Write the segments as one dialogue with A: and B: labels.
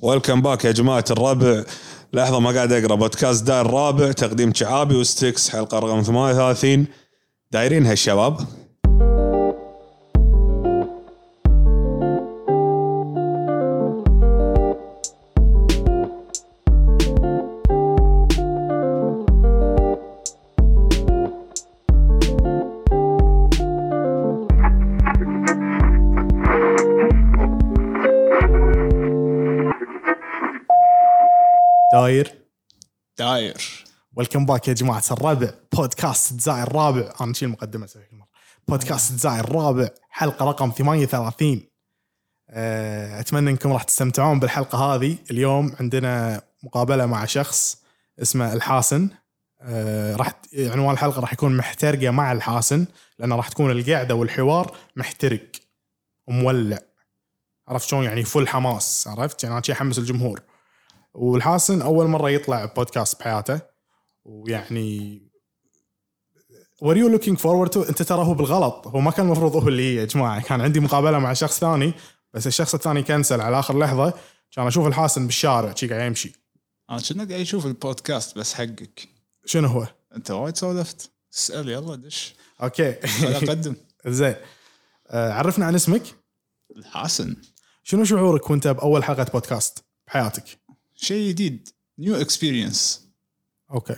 A: ويلكم باك يا جماعة الربع لحظة ما قاعد أقرأ بودكاست داير الرابع تقديم شعابي وستكس حلقة رقم 38 دايرين هالشباب
B: داير
C: داير
B: ويلكم باك يا جماعه الرابع بودكاست دزاين الرابع انا نشيل المقدمه اسوي كل مره بودكاست دزاين الرابع حلقه رقم 38 أه، اتمنى انكم راح تستمتعون بالحلقه هذه اليوم عندنا مقابله مع شخص اسمه الحاسن أه، راح ت- عنوان الحلقه راح يكون محترقه مع الحاسن لان راح تكون القعده والحوار محترق ومولع عرفت شلون يعني فل حماس عرفت يعني انا شي احمس الجمهور والحاسن اول مره يطلع بودكاست بحياته ويعني were you looking forward to انت ترى هو بالغلط هو ما كان المفروض هو اللي يجي يا جماعه كان عندي مقابله مع شخص ثاني بس الشخص الثاني كنسل على اخر لحظه كان اشوف الحاسن بالشارع شي قاعد يمشي
C: انا كنا قاعد اشوف البودكاست بس حقك
B: شنو هو؟
C: انت وايد سولفت اسال يلا دش
B: اوكي
C: ولا قدم
B: زين آه، عرفنا عن اسمك
C: الحاسن
B: شنو شعورك وانت باول حلقه بودكاست بحياتك؟
C: شيء جديد نيو اكسبيرينس
B: اوكي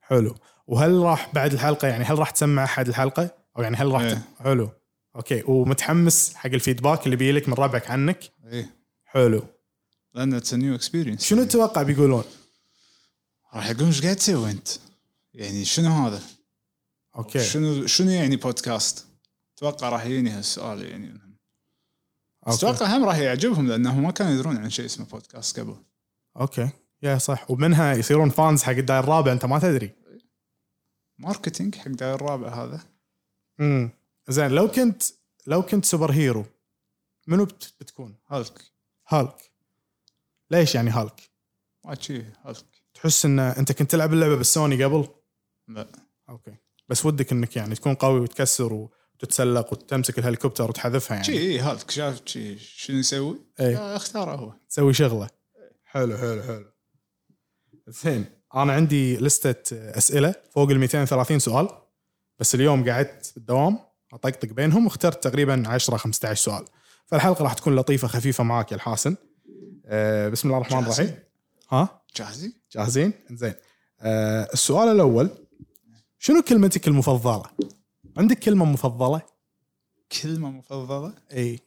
B: حلو وهل راح بعد الحلقه يعني هل راح تسمع احد الحلقه او يعني هل راح
C: إيه.
B: ت... حلو اوكي ومتحمس حق الفيدباك اللي بيجيلك من ربعك عنك
C: ايه
B: حلو
C: لان اتس نيو اكسبيرينس
B: شنو تتوقع بيقولون
C: راح يقولون ايش قاعد تسوي انت؟ يعني شنو هذا؟
B: اوكي
C: شنو شنو يعني بودكاست؟ اتوقع راح يجيني هالسؤال يعني منهم. بس
B: اوكي
C: اتوقع هم راح يعجبهم لانهم ما كانوا يدرون عن شيء اسمه بودكاست قبل
B: اوكي يا صح ومنها يصيرون فانز حق الداير الرابع انت ما تدري
C: ماركتينج حق داير الرابع هذا
B: امم زين لو كنت لو كنت سوبر هيرو منو بت- بتكون
C: هالك
B: هالك ليش يعني هالك
C: ما شي هالك
B: تحس ان انت كنت تلعب اللعبه بالسوني قبل
C: لا
B: اوكي بس ودك انك يعني تكون قوي وتكسر وتتسلق وتمسك الهليكوبتر وتحذفها
C: شي
B: يعني
C: إيه، هالك شاف شي شنو يسوي؟
B: إيه.
C: آه، اختاره هو
B: تسوي شغله حلو حلو حلو زين انا عندي لستة اسئله فوق ال 230 سؤال بس اليوم قعدت بالدوام اطقطق بينهم واخترت تقريبا 10 15 سؤال فالحلقه راح تكون لطيفه خفيفه معاك يا الحاسن أه بسم الله الرحمن الرحيم
C: جاهزين؟
B: ها
C: جاهزين؟
B: جاهزين زين أه السؤال الاول شنو كلمتك المفضله عندك كلمه مفضله
C: كلمة مفضلة؟
B: اي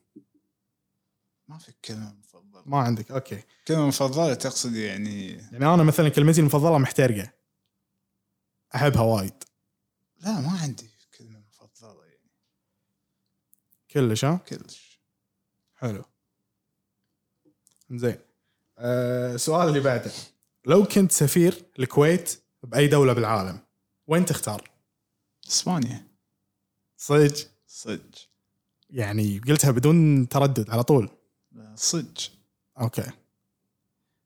C: ما في كلمة مفضلة
B: إيه، ما عندك اوكي
C: كلمة مفضلة تقصد يعني
B: يعني انا مثلا كلمتي المفضله محترقه احبها وايد
C: لا ما عندي كلمة مفضلة يعني
B: كلش ها
C: كلش
B: حلو زين أه السؤال اللي بعده لو كنت سفير الكويت باي دوله بالعالم وين تختار؟
C: اسبانيا
B: صدق
C: صدق
B: يعني قلتها بدون تردد على طول
C: لا، صدق
B: اوكي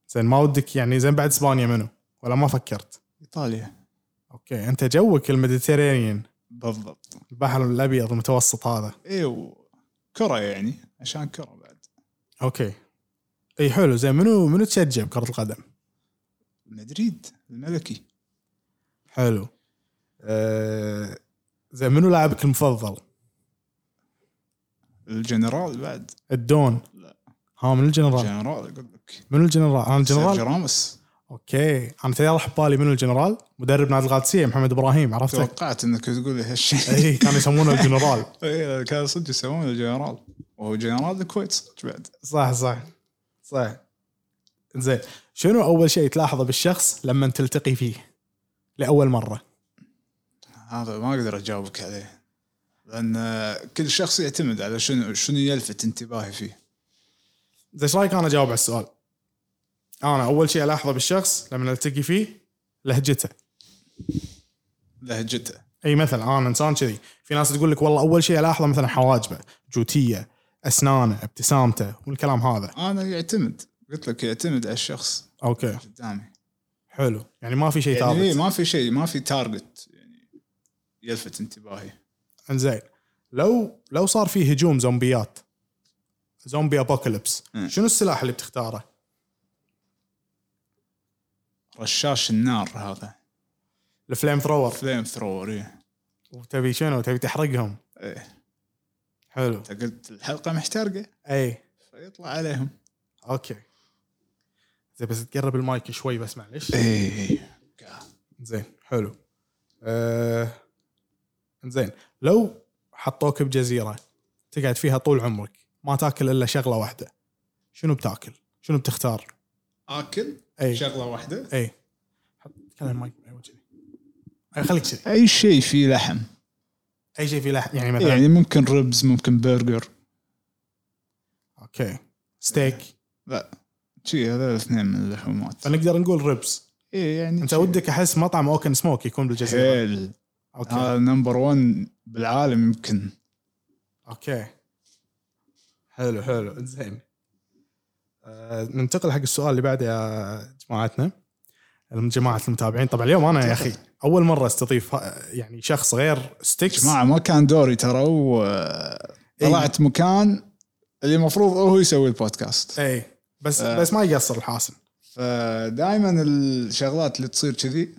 B: زين ما ودك يعني زين بعد اسبانيا منو؟ ولا ما فكرت؟
C: ايطاليا
B: اوكي انت جوك الميديتيرينيان
C: بالضبط
B: البحر الابيض المتوسط هذا
C: اي كرة يعني عشان كرة بعد
B: اوكي اي حلو زين منو منو تشجع بكره القدم؟
C: مدريد الملكي
B: حلو أه زين منو لاعبك المفضل؟
C: الجنرال بعد
B: الدون
C: لا.
B: ها من الجنرال
C: الجنرال اقول لك
B: منو الجنرال؟ انا
C: سيرجي
B: الجنرال
C: راموس
B: اوكي انا تدري راح ببالي منو الجنرال؟ مدرب نادي القادسيه محمد ابراهيم عرفته؟
C: توقعت انك تقول لي هالشيء
B: اي كانوا يسمونه الجنرال
C: اي كان صدق يسمونه الجنرال وهو جنرال الكويت صدق بعد
B: صح صح صح زين شنو اول شيء تلاحظه بالشخص لما تلتقي فيه؟ لاول مره
C: هذا ما اقدر اجاوبك عليه لان كل شخص يعتمد على شنو شنو يلفت انتباهي فيه
B: زين ايش رايك انا اجاوب على السؤال؟ انا اول شيء الاحظه بالشخص لما التقي فيه لهجته
C: لهجته
B: اي مثلا انا انسان آه، كذي في ناس تقول لك والله اول شيء الاحظه مثلا حواجبه جوتيه اسنانه ابتسامته والكلام هذا
C: انا يعتمد قلت لك يعتمد على الشخص
B: اوكي
C: قدامي
B: حلو يعني ما في شيء
C: يعني إيه،
B: ثابت
C: ما في شيء ما في تارجت يعني يلفت انتباهي
B: انزين لو لو صار في هجوم زومبيات زومبي ابوكاليبس
C: مم.
B: شنو السلاح اللي بتختاره؟
C: رشاش النار هذا
B: الفليم ثرور
C: فليم ثرور إيه.
B: وتبي شنو تبي تحرقهم
C: ايه
B: حلو
C: انت قلت الحلقه محترقه
B: اي
C: فيطلع عليهم
B: اوكي زين بس تقرب المايك شوي بس معلش
C: ايه
B: زين حلو آه زين لو حطوك بجزيره تقعد فيها طول عمرك ما تاكل الا شغله واحده شنو بتاكل؟ شنو بتختار؟
C: اكل
B: اي
C: شغله واحده
B: اي حط كلام المايك أيوة كذي. أي خليك كذي
C: اي شيء فيه لحم
B: اي شيء في لحم يعني مثلا
C: يعني ممكن ربز ممكن برجر
B: اوكي ستيك
C: لا شي هذول الاثنين من اللحومات
B: فنقدر نقول ربس
C: اي يعني
B: انت
C: شي.
B: ودك احس مطعم اوكن سموك يكون بالجزيره
C: حيل
B: اوكي
C: هذا نمبر 1 بالعالم يمكن
B: اوكي حلو حلو زين آه، ننتقل حق السؤال اللي بعده يا جماعتنا الم- جماعه المتابعين طبعا اليوم انا يا اخي اول مره استضيف ه- يعني شخص غير ستيكس
C: جماعه ما كان دوري ترى و
B: إيه.
C: طلعت مكان اللي المفروض هو يسوي البودكاست
B: اي إيه. بس
C: آه.
B: بس ما يقصر الحاسن
C: فدائما الشغلات اللي تصير كذي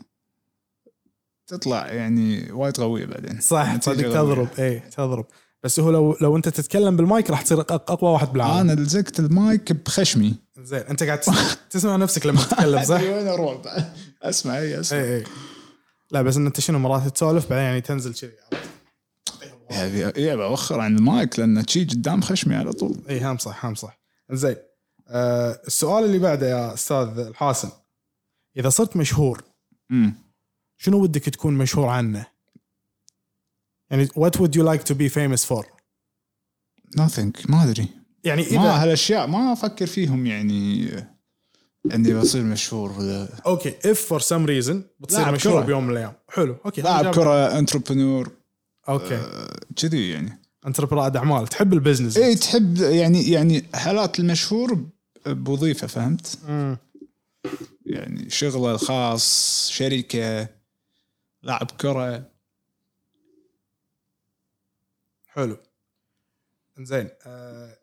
C: تطلع يعني وايد قويه بعدين
B: صح
C: نتيجة
B: تصدق
C: قوية.
B: تضرب اي تضرب بس هو لو لو انت تتكلم بالمايك راح تصير أق- اقوى واحد بالعالم
C: انا لزقت المايك بخشمي
B: زين انت قاعد تس- تسمع نفسك لما تتكلم صح؟
C: أدري وين إيه، اروح بعد. اسمع اي اسمع
B: اي اي لا بس ان انت شنو مرات تسولف بعدين يعني تنزل كذي إيه.
C: يبي اوخر عن المايك لان شي قدام خشمي على طول
B: اي إيه، هم صح هم صح زين آه السؤال اللي بعده يا استاذ الحاسن اذا صرت مشهور
C: امم
B: شنو ودك تكون مشهور عنه؟ يعني what would you like to be famous for؟
C: nothing ما ادري
B: يعني
C: ما
B: اذا
C: هالاشياء ما افكر فيهم يعني اني بصير مشهور ولا
B: اوكي if for some reason بتصير
C: أه- لاعب
B: مشهور
C: كرة.
B: بيوم من الايام حلو اوكي
C: لاعب
B: إجابة.
C: كره انتربرنور
B: اوكي
C: كذي يعني
B: انت رائد اعمال تحب البزنس
C: اي تحب يعني يعني حالات المشهور ب- بوظيفه فهمت؟
B: مم.
C: يعني شغله الخاص شركه لاعب كره
B: حلو زين آه،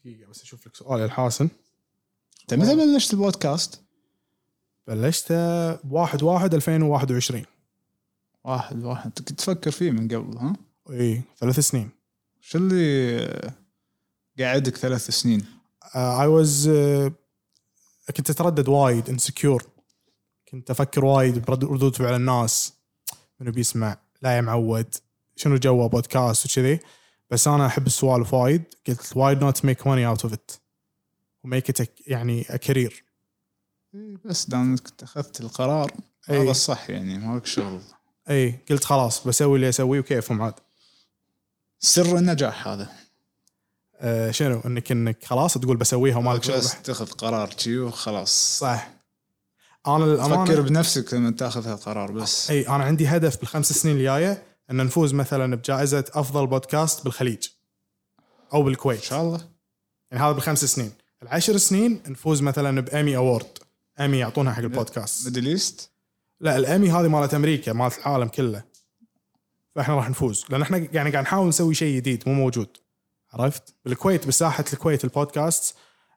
B: دقيقه بس اشوف لك سؤال يا الحاسن
C: انت طيب، متى بلشت البودكاست؟
B: بلشت بواحد واحد 2021
C: واحد واحد كنت تفكر فيه من قبل ها؟
B: اي إيه، ثلاث سنين
C: شو اللي آه، قاعدك ثلاث سنين؟
B: اي واز آه، كنت اتردد وايد انسكيور كنت افكر وايد برد- بردود فعل الناس منو بيسمع لا يا معود شنو جوا بودكاست وكذي بس انا احب السوالف وايد قلت وايد نوت ميك ماني اوت اوف ات وميك ات يعني كارير
C: إي، بس دامك اتخذت القرار
B: إي.
C: هذا الصح يعني مالك شغل
B: اي إيه، قلت خلاص بسوي اللي اسويه وكيفهم عاد
C: سر النجاح هذا
B: أه شنو انك انك خلاص تقول بسويها ومالك شغل
C: بس تاخذ قرار شي وخلاص
B: صح انا للامانه
C: فكر بنفسك لما تاخذ هالقرار بس
B: اي انا عندي هدف بالخمس سنين الجايه ان نفوز مثلا بجائزه افضل بودكاست بالخليج او بالكويت
C: ان شاء الله
B: يعني هذا بالخمس سنين العشر سنين نفوز مثلا بامي اوورد امي يعطونها حق البودكاست
C: ميدل ايست
B: لا الامي هذه مالت امريكا مالت العالم كله فاحنا راح نفوز لان احنا يعني قاعد نحاول نسوي شيء جديد مو موجود عرفت بالكويت بساحه الكويت البودكاست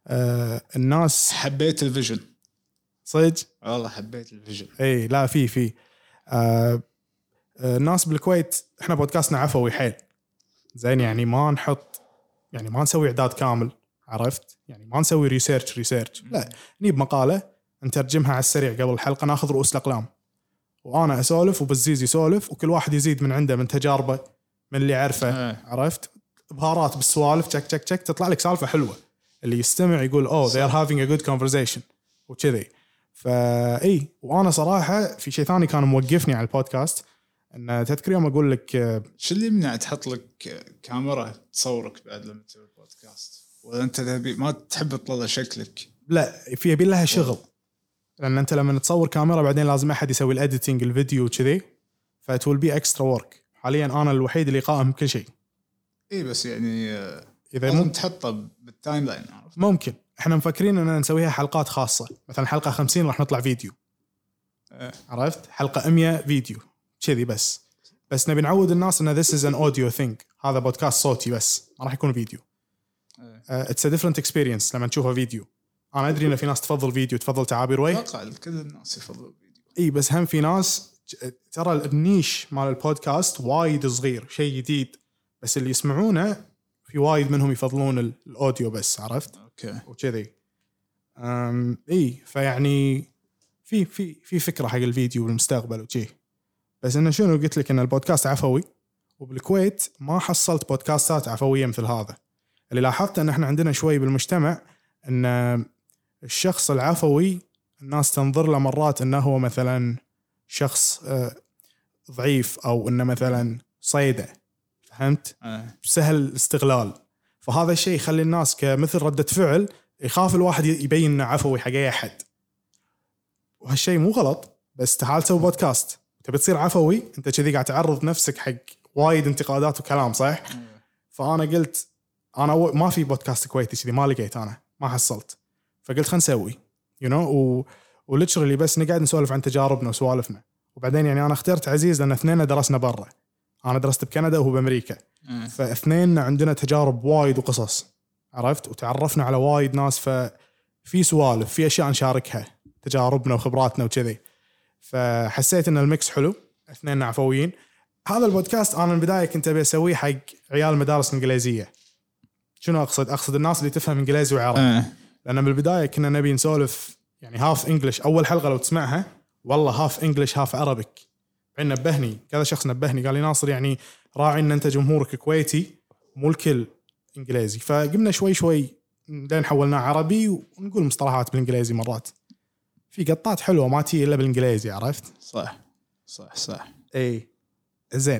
B: آه الناس
C: حبيت الفيجن
B: صدق
C: والله حبيت الفيجن
B: اي لا في في آه آه، الناس بالكويت احنا بودكاستنا عفوي حيل زين يعني ما نحط يعني ما نسوي اعداد كامل عرفت يعني ما نسوي ريسيرش ريسيرش لا نجيب مقاله نترجمها على السريع قبل الحلقه ناخذ رؤوس الاقلام وانا اسولف وبزيز يسولف وكل واحد يزيد من عنده من تجاربه من اللي يعرفه
C: إيه.
B: عرفت بهارات بالسوالف تشك تشك تشك تطلع لك سالفه حلوه اللي يستمع يقول اوه they are having a good conversation وكذي فاي وانا صراحه في شيء ثاني كان موقفني على البودكاست ان تذكر يوم اقول لك آه،
C: شو اللي يمنع تحط لك كاميرا تصورك بعد لما تسوي البودكاست ولا انت تبي ما تحب تطلع شكلك
B: لا في يبي لها شغل لان انت لما تصور كاميرا بعدين لازم احد يسوي الاديتنج الفيديو وكذي فات ويل بي اكسترا ورك حاليا انا الوحيد اللي قائم كل شيء
C: اي بس يعني آه،
B: اذا
C: لازم
B: ممكن
C: تحطه بالتايم لاين عرفت؟
B: ممكن احنا مفكرين اننا نسويها حلقات خاصه مثلا حلقه 50 راح نطلع فيديو
C: إيه.
B: عرفت حلقه 100 فيديو كذي بس بس نبي نعود الناس ان ذس از ان اوديو ثينك هذا بودكاست صوتي بس ما راح يكون فيديو أه،
C: إيه.
B: اتس ا ديفرنت اكسبيرينس لما تشوفه فيديو انا ادري ان في ناس تفضل فيديو تفضل تعابير وجه
C: اتوقع كل الناس يفضلوا الفيديو
B: اي بس هم في ناس ج- ترى النيش مال البودكاست وايد صغير شيء جديد بس اللي يسمعونه في وايد منهم يفضلون ال- الاوديو بس عرفت
C: اوكي
B: وكذي أم، اي فيعني في في في فكره حق الفيديو بالمستقبل وشي بس انه شنو قلت لك ان البودكاست عفوي وبالكويت ما حصلت بودكاستات عفويه مثل هذا اللي لاحظته ان احنا عندنا شوي بالمجتمع ان الشخص العفوي الناس تنظر له مرات انه هو مثلا شخص آه، ضعيف او انه مثلا صيده فهمت؟
C: آه.
B: سهل الاستغلال فهذا الشيء يخلي الناس كمثل ردة فعل يخاف الواحد يبين انه عفوي حق اي احد وهالشيء مو غلط بس تعال سوي بودكاست تبي تصير عفوي انت كذي قاعد تعرض نفسك حق وايد انتقادات وكلام صح؟ فانا قلت انا أول ما في بودكاست كويتي كذي ما لقيت انا ما حصلت فقلت خلينا نسوي يو you know و... وليتشرلي بس نقعد نسولف عن تجاربنا وسوالفنا وبعدين يعني انا اخترت عزيز لان اثنيننا درسنا برا انا درست بكندا وهو بامريكا
C: آه.
B: فاثنيننا عندنا تجارب وايد وقصص عرفت وتعرفنا على وايد ناس ففي سوالف في اشياء نشاركها تجاربنا وخبراتنا وكذي فحسيت ان الميكس حلو اثنيننا عفويين هذا البودكاست انا من البدايه كنت ابي اسويه حق عيال مدارس انجليزيه شنو اقصد؟ اقصد الناس اللي تفهم انجليزي وعربي
C: آه.
B: لان بالبدايه كنا نبي نسولف يعني هاف انجلش اول حلقه لو تسمعها والله هاف انجلش هاف عربك بعدين نبهني كذا شخص نبهني قال لي ناصر يعني راعي ان انت جمهورك كويتي مو الكل انجليزي فقمنا شوي شوي لين حولناه عربي ونقول مصطلحات بالانجليزي مرات في قطات حلوه ما تي الا بالانجليزي عرفت؟
C: صح صح صح
B: اي زين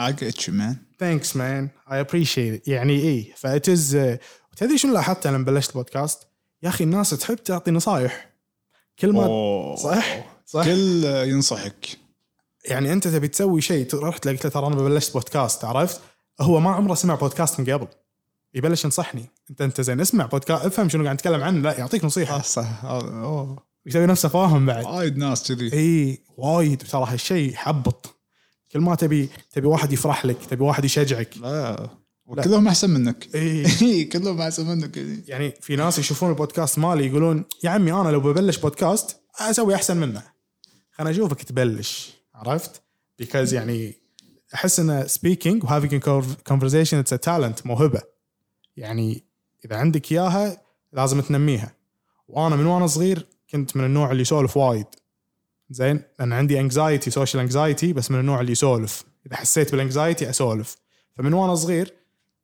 C: I get you man
B: ثانكس مان اي ابريشيت يعني اي فات از uh, تدري شنو لاحظت لما بلشت بودكاست؟ يا اخي الناس تحب تعطي نصايح كل ما
C: أوه.
B: صح صح
C: كل ينصحك
B: يعني انت تبي تسوي شيء ت- رحت قلت له ترى انا بلشت بودكاست عرفت؟ هو ما عمره سمع بودكاست من قبل يبلش ينصحني انت انت زين اسمع بودكاست افهم شنو قاعد نتكلم عنه لا يعطيك نصيحه
C: صح اوه
B: يسوي نفسه فاهم بعد
C: وايد ناس كذي
B: اي وايد ترى هالشيء يحبط كل ما تبي تبي واحد يفرح لك تبي واحد يشجعك
C: لا وكلهم احسن منك
B: اي
C: إي، كلهم احسن منك يعني
B: يعني في ناس يشوفون البودكاست مالي يقولون يا عمي انا لو ببلش بودكاست اسوي احسن منه خلنا اشوفك تبلش عرفت؟ بيكوز يعني احس ان سبيكينج وهافينج كونفرزيشن اتس تالنت موهبه يعني اذا عندك اياها لازم تنميها وانا من وانا صغير كنت من النوع اللي يسولف وايد زين لان عندي انكزايتي سوشيال انكزايتي بس من النوع اللي يسولف اذا حسيت بالانكزايتي اسولف فمن وانا صغير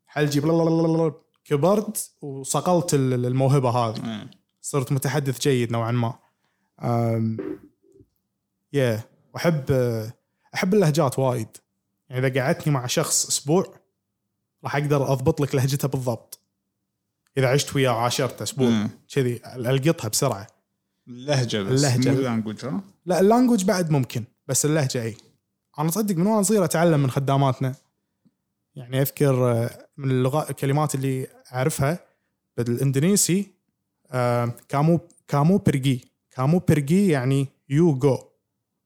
B: حلجي بلا- بلا- بلا- بلا- كبرت وصقلت ال- الموهبه هذه
C: آه.
B: صرت متحدث جيد نوعا ما أم، يا واحب احب اللهجات وايد يعني اذا قعدتني مع شخص اسبوع راح اقدر اضبط لك لهجته بالضبط اذا عشت وياه وعاشرته اسبوع
C: آه.
B: كذي القطها بسرعه
C: اللهجه بس
B: اللهجة.
C: مو اللانجوج ها
B: لا اللانجوج بعد ممكن بس اللهجه اي انا صدق من وانا صغير اتعلم من خداماتنا يعني اذكر آه، من اللغات الكلمات اللي اعرفها بالاندونيسي آه، كامو كامو برجي كامو برجي يعني يو جو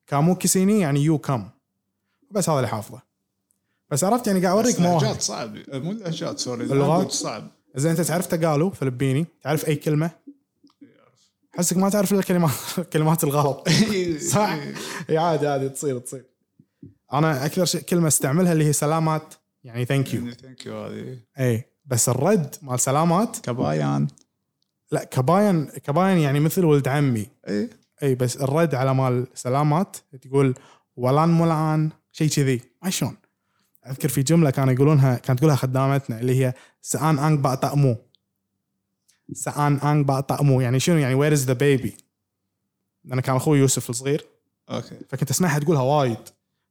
B: كامو كيسيني يعني يو كم بس هذا اللي حافظه بس عرفت يعني قاعد
C: بس
B: اوريك مواهب
C: اللهجات صعب آه، مو اللهجات سوري
B: اللغات؟
C: اللغات صعب
B: زين انت تعرف تقالو فلبيني تعرف اي كلمه حسك ما تعرف الا الكلمات الكلمات الغلط
C: إيه،
B: صح؟ اي عادي عادي تصير تصير انا اكثر شيء كلمه استعملها اللي هي سلامات يعني ثانك يو
C: ثانك يو هذه
B: اي بس الرد مال سلامات
C: كبايان
B: لا كباين كباين يعني مثل ولد عمي
C: اي
B: اي بس الرد على مال سلامات تقول ولان ملعان شيء كذي ما شلون اذكر في جمله كانوا يقولونها كانت تقولها خدامتنا اللي هي سان انج با تامو سان انج با تامو يعني شنو يعني وير از ذا بيبي انا كان اخوي يوسف الصغير
C: اوكي
B: فكنت اسمعها تقولها وايد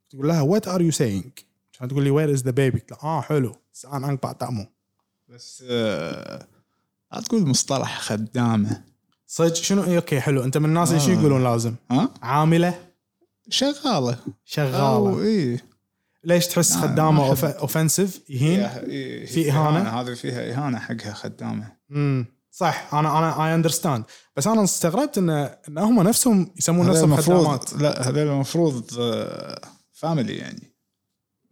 B: تقول لها وات ار يو سينج كانت تقول لي وير از ذا بيبي اه حلو سان انج با تامو
C: بس آه، لا تقول مصطلح خدامه
B: صدق شنو إي، اوكي حلو انت من الناس اللي شو
C: آه.
B: يقولون لازم
C: ها
B: عامله
C: شغاله
B: شغاله
C: اي
B: ليش تحس
C: لا،
B: خدامه
C: ما
B: أوف... اوفنسيف يهين إيه. في
C: في
B: إهانة؟
C: إيه، هذه فيها اهانه حقها خدامه
B: امم صح انا انا اي اندرستاند بس انا استغربت ان ان هم نفسهم يسمون
C: هذول
B: نفسهم خدامات
C: المفروض لا هذول المفروض فاميلي يعني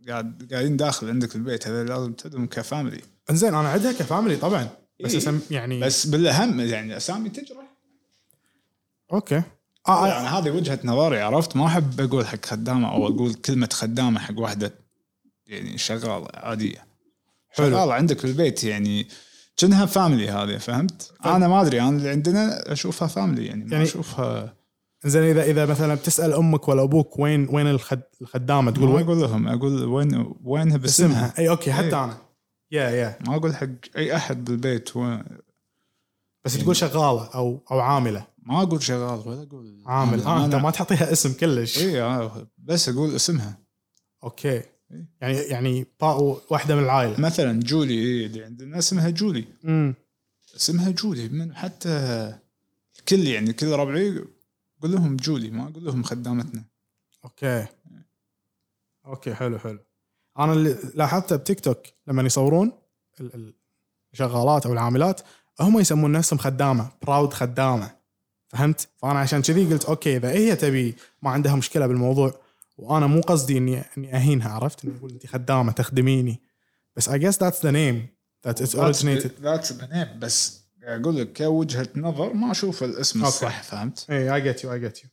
C: قاعد قاعدين داخل عندك البيت هذا لازم تدهم كفاميلي
B: انزين انا عندها كفاميلي طبعا بس
C: إيه.
B: اسم يعني
C: بس بالاهم يعني اسامي تجرح
B: اوكي آه آه
C: يعني هذه وجهه نظري عرفت ما احب اقول حق خدامه او اقول كلمه خدامه حق واحده يعني شغال عاديه
B: حلو.
C: شغال عندك بالبيت يعني كأنها فاميلي هذه فهمت؟ انا ما ادري انا اللي عندنا اشوفها فاميلي يعني ما
B: طيب. يعني-
C: اشوفها
B: زين اذا اذا مثلا بتسال امك ولا ابوك وين وين الخد الخدامه تقول
C: تقول ما
B: وين
C: اقول لهم اقول وين وينها باسمها
B: اسمها اي اوكي حتى
C: إيه.
B: انا يا يا
C: ما اقول حق اي احد بالبيت وين-
B: بس تقول شغاله او او عامله
C: ما اقول شغال ولا اقول
B: عامل اه انت ما تعطيها اسم كلش
C: اي آه، بس اقول اسمها
B: اوكي
C: إيه.
B: يعني يعني باو واحده من العائله
C: مثلا جولي إيه اللي عندنا اسمها جولي
B: امم
C: اسمها جولي من حتى الكل يعني كل ربعي قول لهم جولي ما اقول لهم خدامتنا
B: اوكي اوكي حلو حلو انا اللي لاحظته بتيك توك لما يصورون ال- ال- الشغالات او العاملات هم يسمون نفسهم خدامه براود خدامه فهمت؟ فانا عشان كذي قلت اوكي اذا هي تبي ما عندها مشكله بالموضوع وانا مو قصدي اني اني اهينها عرفت؟ اني اقول انت خدامه تخدميني بس I guess that's the name that it originated
C: ذاتس بنيم بس اقول لك كوجهه نظر ما اشوف الاسم
B: أوكي.
C: الصح فهمت؟
B: اي اي جيت يو اي جيت يو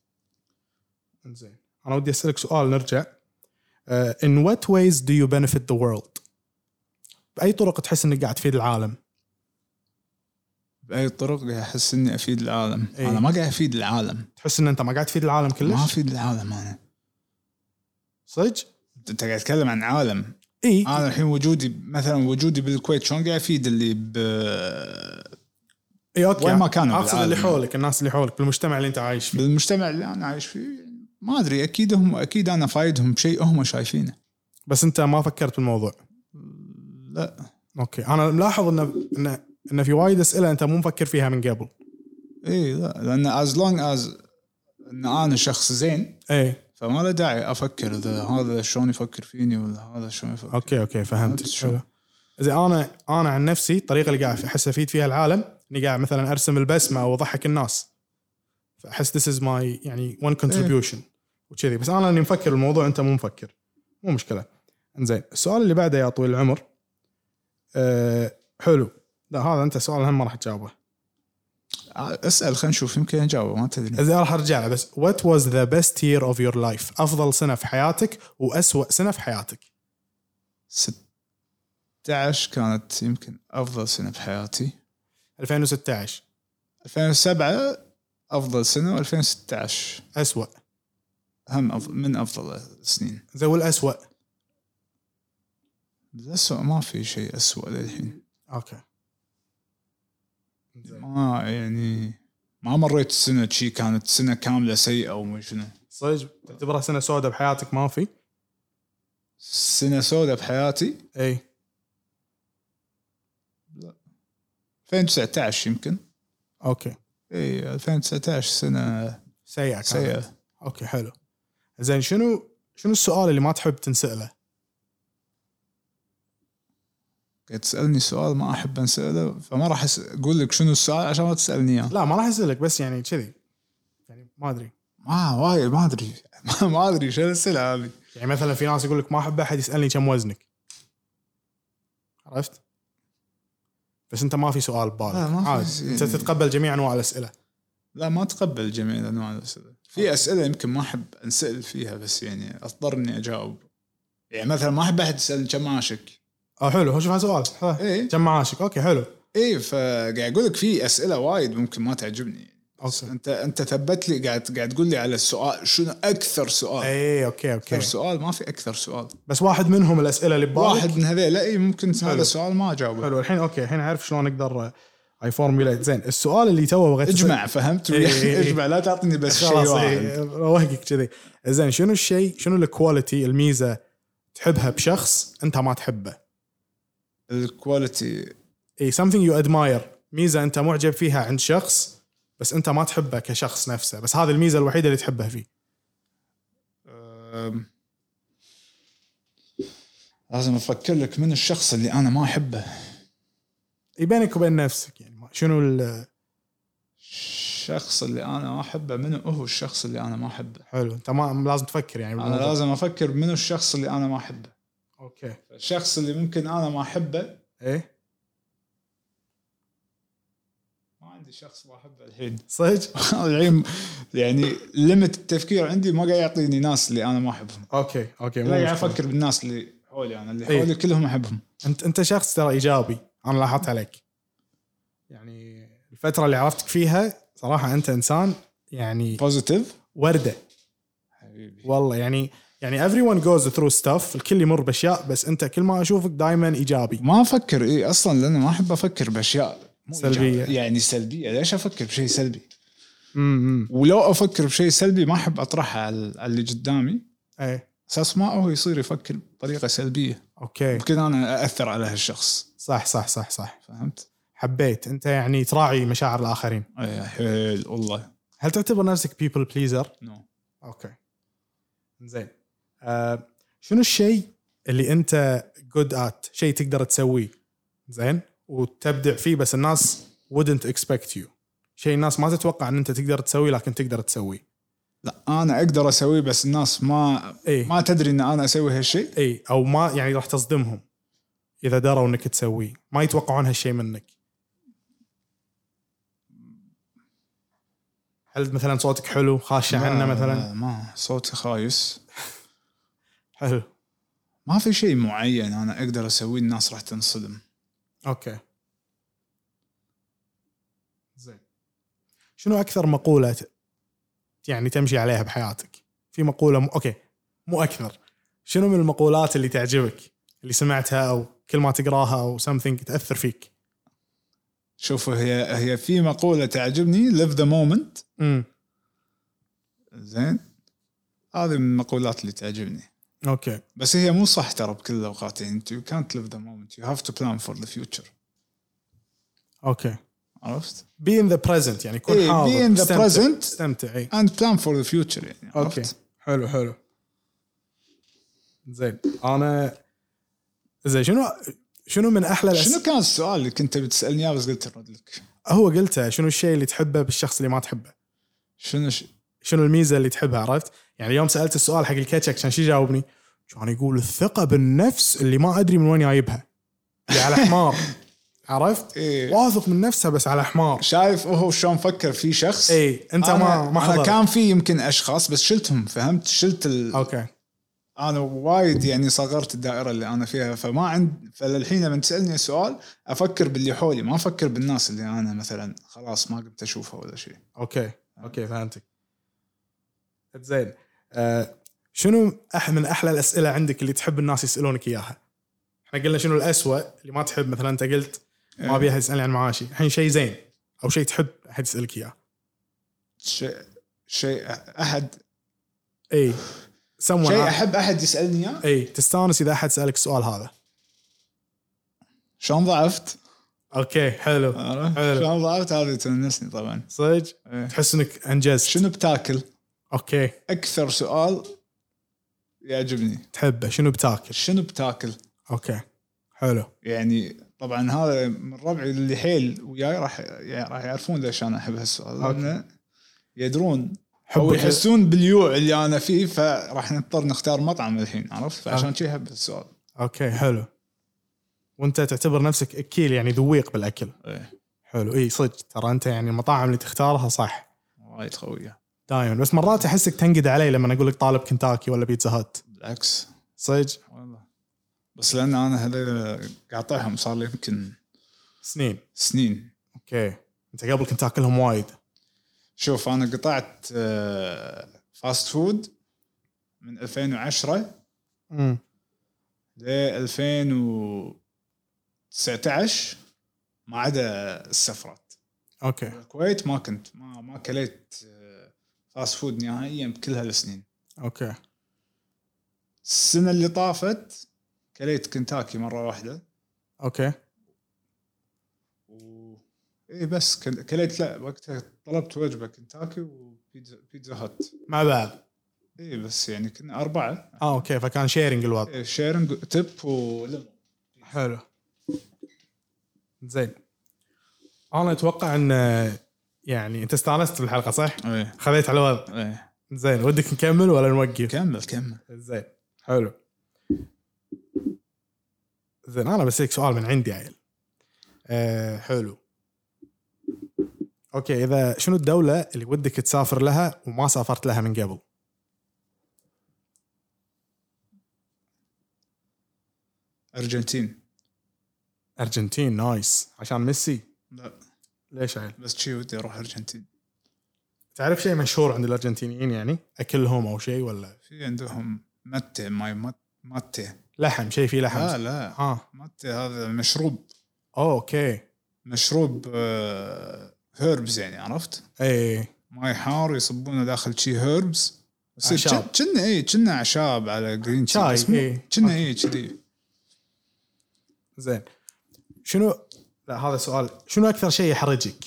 B: زين انا ودي اسالك سؤال نرجع uh, in what ways do you benefit the world باي طرق تحس انك قاعد تفيد العالم
C: باي طرق قاعد احس اني افيد العالم
B: إيه.
C: انا ما قاعد افيد العالم
B: تحس ان انت ما قاعد تفيد العالم
C: ما
B: كلش
C: افيد العالم انا
B: صدق
C: انت قاعد تتكلم عن عالم
B: اي
C: انا الحين وجودي مثلا وجودي بالكويت شلون قاعد افيد اللي ب
B: اي اوكي
C: وين ما كانوا
B: اقصد
C: بالعالم.
B: اللي حولك الناس اللي حولك بالمجتمع اللي انت عايش فيه
C: بالمجتمع اللي انا عايش فيه ما ادري اكيد هم اكيد انا فايدهم بشيء هم شايفينه
B: بس انت ما فكرت بالموضوع
C: لا
B: اوكي انا ملاحظ ان ان, إن في وايد اسئله انت مو مفكر فيها من قبل
C: اي إيه، لا لان از لونج از ان انا شخص زين
B: اي
C: فما له داعي افكر اذا هذا شلون يفكر فيني ولا هذا شلون يفكر
B: اوكي اوكي فهمت
C: عرفت شلون؟
B: حلو. زي انا انا عن نفسي الطريقه اللي قاعد احس افيد فيها العالم اني قاعد مثلا ارسم البسمه او اضحك الناس فاحس this is my يعني one contribution وكذي بس انا اللي مفكر الموضوع انت مو مفكر مو مشكله انزين السؤال اللي بعده يا طويل العمر أه حلو لا هذا انت سؤال هم ما راح تجاوبه
C: اسال خلينا نشوف يمكن اجاوب ما تدري
B: اذا راح ارجع له بس what was the best year of your life افضل سنه في حياتك واسوأ سنه في حياتك
C: 16 كانت يمكن افضل سنه بحياتي
B: 2016
C: 2007 افضل سنه و2016
B: اسوأ
C: هم أفضل من افضل السنين
B: زي والاسوأ
C: الاسوء ما في شيء اسوء للحين
B: اوكي
C: ما يعني ما مريت سنه شي كانت سنه كامله سيئه وما شنو
B: صدق
C: آه.
B: تعتبرها سنه سوداء بحياتك ما في؟
C: سنه سوداء بحياتي
B: اي
C: 2019 يمكن
B: اوكي
C: اي 2019 سنه
B: سيئه كانت.
C: سيئه
B: اوكي حلو زين شنو شنو السؤال اللي ما تحب تنساله؟
C: قاعد تسالني سؤال ما احب انساله فما راح أس- اقول لك شنو السؤال عشان ما تسالني اياه
B: لا ما راح اسالك بس يعني كذي يعني ما ادري
C: ما وايد ما ادري ما- ما ادري شو الاسئله هذه
B: يعني مثلا في ناس يقول لك ما احب احد يسالني كم وزنك عرفت؟ بس انت ما في سؤال ببالك
C: لا، ما في
B: عادي انت
C: يعني-
B: تتقبل جميع انواع الاسئله
C: لا ما تقبل جميع انواع الاسئله في اسئله يمكن ما احب انسال فيها بس يعني اضطر اني اجاوب يعني مثلا ما احب احد يسالني كم عاشك
B: اه حلو هو شوف هذا سؤال
C: اي
B: كم معاشك اوكي حلو
C: اي فقاعد اقول لك في اسئله وايد ممكن ما تعجبني
B: اوكي
C: انت انت ثبت لي قاعد قاعد تقول لي على السؤال شنو اكثر سؤال
B: اي اوكي
C: اكثر
B: اوكي
C: سؤال ما في اكثر سؤال
B: بس واحد منهم الاسئله اللي ببالك
C: واحد من هذيلا اي ممكن
B: حلو.
C: هذا السؤال ما اجاوبه
B: حلو الحين اوكي الحين عارف شلون اقدر اي فورميليت زين السؤال اللي توه بغيت
C: اجمع فهمت
B: إي، إي، إي.
C: اجمع لا تعطيني بس شيء
B: خلاص
C: واحد
B: إيه، روقك كذي زين شنو الشيء شنو الكواليتي الميزه تحبها بشخص انت ما تحبه
C: الكواليتي
B: اي something يو ادماير ميزه انت معجب فيها عند شخص بس انت ما تحبه كشخص نفسه بس هذه الميزه الوحيده اللي تحبها فيه
C: أم، لازم افكر لك من الشخص اللي انا ما احبه
B: اي إيه، بينك وبين نفسك يعني ما- شنو ال-
C: الشخص اللي انا ما احبه منو هو الشخص اللي انا ما احبه
B: حلو انت ما لازم تفكر يعني
C: انا
B: بالموضوع.
C: لازم افكر منو الشخص اللي انا ما احبه
B: اوكي إيه؟
C: الشخص اللي ممكن انا ما احبه
B: ايه
C: عندي شخص ما احبه الحين
B: صدق؟
C: الحين يعني ليمت التفكير عندي ما قاعد يعطيني ناس اللي انا ما احبهم
B: اوكي اوكي مو
C: لا يعني قاعد
B: مشكلة.
C: افكر بالناس اللي حولي انا اللي
B: إيه.
C: حولي كلهم احبهم
B: انت انت شخص ترى ايجابي انا لاحظت عليك يعني الفتره اللي عرفتك فيها صراحه انت انسان يعني
C: بوزيتيف
B: ورده
C: حبيبي
B: والله يعني يعني everyone goes through stuff الكل يمر باشياء بس انت كل ما اشوفك دائما ايجابي
C: ما افكر اي اصلا لان ما احب افكر باشياء مو
B: سلبية.
C: إيجابية. يعني سلبيه ليش افكر بشيء سلبي
B: امم
C: ولو افكر بشيء سلبي ما احب اطرحه على على اللي قدامي
B: ايه
C: اساس ما هو يصير يفكر بطريقه سلبيه
B: اوكي
C: يمكن انا ااثر على هالشخص
B: صح صح صح صح
C: فهمت؟
B: حبيت انت يعني تراعي مشاعر الاخرين
C: اي حيل والله
B: هل تعتبر نفسك بيبل بليزر
C: نو
B: اوكي زين آه شنو الشيء اللي انت جود ات شيء تقدر تسويه زين وتبدع فيه بس الناس wouldn't expect you شيء الناس ما تتوقع ان انت تقدر تسويه لكن تقدر تسويه
C: لا انا اقدر اسويه بس الناس ما
B: اي
C: ما تدري ان انا اسوي هالشيء
B: اي او إيه. ما يعني راح تصدمهم اذا دروا انك تسويه ما يتوقعون هالشيء منك هل مثلا صوتك حلو خاشه عنا
C: لا،
B: مثلا
C: لا، آه، ما صوتي خايس
B: حلو
C: ما في شيء معين انا اقدر اسويه الناس راح تنصدم
B: اوكي زين شنو اكثر مقوله ت- يعني تمشي عليها بحياتك في مقوله م... اوكي مو اكثر شنو من المقولات اللي تعجبك اللي سمعتها او كل ما تقراها او something تاثر فيك
C: شوفوا هي هي في مقوله تعجبني ليف ذا مومنت
B: امم
C: زين هذه من المقولات اللي تعجبني
B: اوكي
C: بس هي مو صح ترى بكل الاوقات يعني you can't live the moment you have to plan for the future
B: اوكي
C: عرفت؟
B: بي ان ذا بريزنت يعني كن
C: إيه،
B: حاضر
C: be in the
B: استمتع-
C: present.
B: استمتع إيه. اي
C: and plan for the future يعني عرفت؟
B: اوكي حلو حلو زين انا زين شنو شنو من احلى الأس...
C: شنو كان السؤال اللي كنت بتسالني اياه بس قلت ارد لك
B: هو قلته شنو الشيء اللي تحبه بالشخص اللي ما تحبه
C: شنو ش...
B: شنو الميزه اللي تحبها عرفت يعني يوم سالت السؤال حق الكاتشك كان شو جاوبني كان يقول الثقه بالنفس اللي ما ادري من وين جايبها اللي على حمار عرفت
C: إيه.
B: واثق من نفسه بس على حمار
C: شايف هو شلون فكر في شخص
B: اي انت
C: إيه. أنا-
B: ما ما
C: انا
B: حضرت.
C: كان في يمكن اشخاص بس شلتهم فهمت شلت ال...
B: اوكي
C: انا وايد يعني صغرت الدائره اللي انا فيها فما عند فللحين لما تسالني سؤال افكر باللي حولي ما افكر بالناس اللي انا مثلا خلاص ما قمت اشوفها ولا شيء
B: اوكي
C: آه.
B: اوكي فهمتك زين آه شنو أح من احلى الاسئله عندك اللي تحب الناس يسالونك اياها؟ احنا قلنا شنو الأسوأ اللي ما تحب مثلا انت قلت
C: آه.
B: ما ابي احد يسالني عن معاشي، الحين شيء زين او شيء تحب احد يسالك اياه.
C: شيء شيء احد
B: اي إيه، someone
C: شيء
B: آخر.
C: احب احد يسالني اياه
B: اي تستانس اذا احد سالك السؤال هذا.
C: شلون ضعفت؟
B: اوكي حلو
C: عرفت؟
B: حلو.
C: شلون ضعفت هذا تونسني طبعا
B: صدق
C: إيه.
B: تحس انك انجزت
C: شنو بتاكل؟
B: اوكي
C: اكثر سؤال يعجبني
B: تحبه شنو بتاكل؟
C: شنو بتاكل؟
B: اوكي حلو
C: يعني طبعا هذا من ربعي اللي حيل وياي راح يعني راح يعرفون ليش انا احب هالسؤال
B: أوكي.
C: لأن يدرون او
B: حبك
C: يحسون باليوع اللي انا فيه فراح نضطر نختار مطعم الحين عرفت فعشان كذي احب السؤال
B: اوكي حلو وانت تعتبر نفسك اكيل يعني ذويق بالاكل
C: ايه
B: حلو اي صدق ترى انت يعني المطاعم اللي تختارها صح
C: وايد قويه
B: دائما بس مرات احسك تنقد علي لما اقول لك طالب كنتاكي ولا بيتزا هات
C: بالعكس
B: صدق
C: والله بس لان انا هذول قاطعهم صار لي يمكن
B: سنين
C: سنين
B: اوكي انت قبل كنت تاكلهم وايد
C: شوف انا قطعت آه، فاست فود من 2010
B: امم
C: ل 2019 ما عدا السفرات
B: اوكي
C: الكويت ما كنت ما ما كليت آه، فاست فود نهائيا بكل هالسنين
B: اوكي
C: السنه اللي طافت كليت كنتاكي مره واحده
B: اوكي
C: و اي بس كل- كليت لا وقتها طلبت وجبه كنتاكي وبيتزا بيتزا هات
B: مع بعض
C: اي بس يعني كنا اربعه
B: اه اوكي فكان شيرنج الوضع
C: إيه، شيرنج تب وليمون
B: حلو زين انا اتوقع ان يعني انت استانست بالحلقه صح؟
C: ايه
B: خذيت على الوضع
C: ايه
B: زين ودك نكمل ولا نوقف؟
C: كمل كمل
B: زين حلو آه، زين انا بسالك سؤال من عندي عيل أه حلو اوكي اذا شنو الدوله اللي ودك تسافر لها وما سافرت لها من قبل
C: ارجنتين
B: ارجنتين نايس عشان ميسي
C: لا
B: ليش عيل
C: بس شي ودي اروح ارجنتين
B: تعرف شيء مشهور عند الارجنتينيين يعني اكلهم او شيء ولا
C: في عندهم ماتي ماي مات ماتي
B: لحم شيء فيه لحم
C: لا لا
B: اه
C: ماتي هذا مشروب
B: اوكي
C: مشروب آه، هيربز يعني عرفت
B: اي
C: ماي حار يصبونه داخل شي هيربز
B: أعشاب.
C: كنا اي كنا اعشاب على جرين
B: شاي، إيه.
C: اي كنا اي كذي
B: زين شنو لا هذا سؤال شنو اكثر شيء يحرجك؟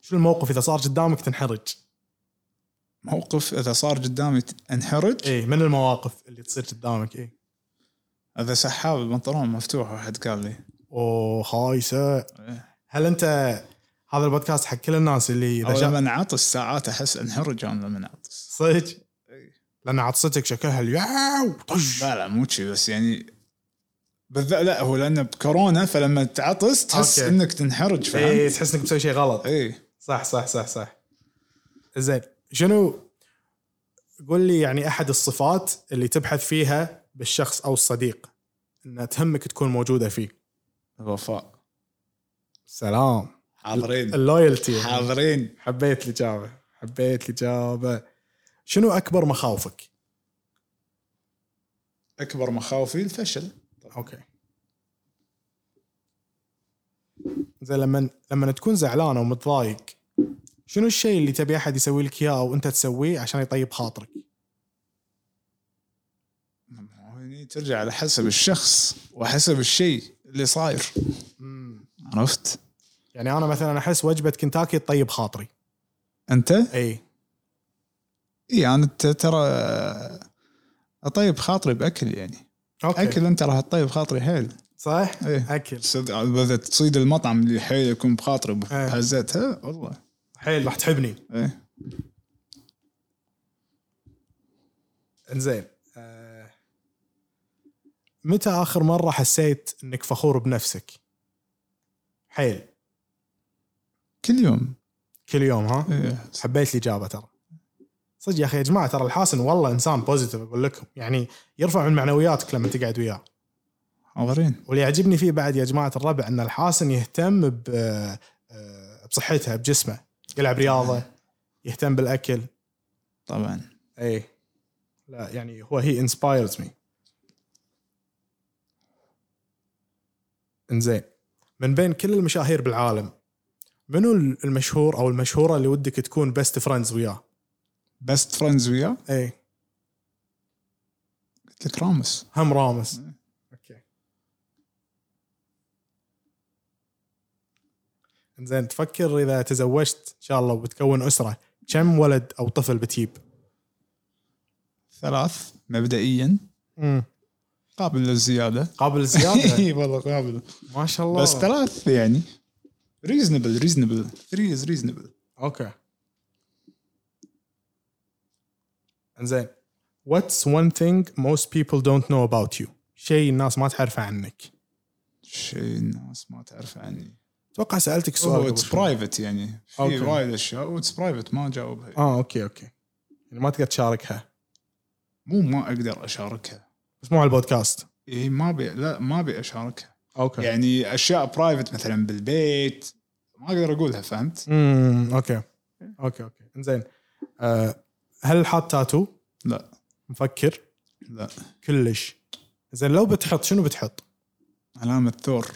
B: شنو الموقف اذا صار قدامك تنحرج؟
C: موقف اذا صار قدامي ت- انحرج
B: اي إيه، من المواقف اللي تصير قدامك إيه. اي
C: اذا سحاب البنطلون مفتوح واحد قال لي
B: اوه خايسه
C: إيه.
B: هل انت هذا البودكاست حق كل الناس اللي
C: او
B: اذا شاف
C: لما انعطس ساعات احس انحرج انا لما انعطس
B: صدق
C: إي.
B: لان عطستك شكلها الياو طش
C: لا لا مو شي بس يعني بالذات لا هو لانه بكورونا فلما تعطس تحس
B: أوكي.
C: انك تنحرج
B: اي
C: فهمت؟
B: إيه،
C: إيه.
B: تحس انك مسوي شيء غلط
C: اي
B: صح صح صح صح زين شنو قول لي يعني احد الصفات اللي تبحث فيها بالشخص او الصديق انها تهمك تكون موجوده فيه
C: الوفاء
B: سلام
C: حاضرين
B: اللويالتي
C: حاضرين
B: حبيت الاجابه حبيت الاجابه شنو اكبر مخاوفك؟
C: اكبر مخاوفي الفشل
B: اوكي زين لما لما تكون زعلان او متضايق شنو الشيء اللي تبي احد يسوي لك اياه او انت تسويه عشان يطيب خاطرك؟
C: هني يعني ترجع على حسب الشخص وحسب الشيء اللي صاير عرفت
B: يعني انا مثلا احس وجبه كنتاكي تطيب خاطري
C: انت
B: اي
C: اي انا إيه، ت- ترى اطيب خاطري باكل يعني
B: اوكي
C: اكل انت راح تطيب خاطري حيل
B: صح؟
C: إيه.
B: اكل
C: صد- اذا تصيد المطعم اللي حيل يكون بخاطري بحزتها والله
B: حيل راح تحبني
C: ايه
B: انزين آه، متى اخر مره حسيت انك فخور بنفسك؟ حيل
C: كل يوم
B: كل يوم ها؟
C: إيه.
B: حبيت الاجابه ترى صدق يا اخي يا جماعه ترى الحاسن والله انسان بوزيتيف اقول لكم يعني يرفع من معنوياتك لما تقعد وياه
C: حاضرين
B: واللي يعجبني فيه بعد يا جماعه الربع ان الحاسن يهتم ب آه، آه، بصحتها بجسمه يلعب رياضه يهتم بالاكل
C: طبعا
B: اي لا يعني هو هي انسبايرز مي انزين من بين كل المشاهير بالعالم منو المشهور او المشهوره اللي ودك تكون بيست فريندز وياه؟
C: بست فريندز وياه
B: اي
C: قلت لك راموس
B: هم رامز اوكي زين تفكر اذا تزوجت ان شاء الله وبتكون اسره كم ولد او طفل بتجيب؟
C: ثلاث مبدئيا قابل للزياده
B: قابل للزياده
C: اي والله قابل
B: ما شاء الله
C: بس ثلاث يعني ريزنبل ريزنبل ثري از ريزنبل
B: اوكي انزين what's one thing most people don't know about you شيء الناس ما تعرفه عنك
C: شيء الناس ما تعرف عني
B: اتوقع سالتك سؤال
C: هو
B: قبل
C: اتس
B: شوي.
C: برايفت يعني في
B: أوكي.
C: وايد اشياء واتس برايفت ما اجاوبها
B: اه اوكي اوكي يعني ما تقدر تشاركها
C: مو ما اقدر اشاركها
B: بس مو على البودكاست
C: اي ما بي لا ما بي اشاركها
B: اوكي
C: يعني اشياء برايفت مثلا بالبيت ما اقدر اقولها فهمت؟
B: امم اوكي اوكي اوكي انزين آه هل حاط تاتو
C: لا
B: مفكر
C: لا
B: كلش زين لو بتحط شنو بتحط
C: علامة ثور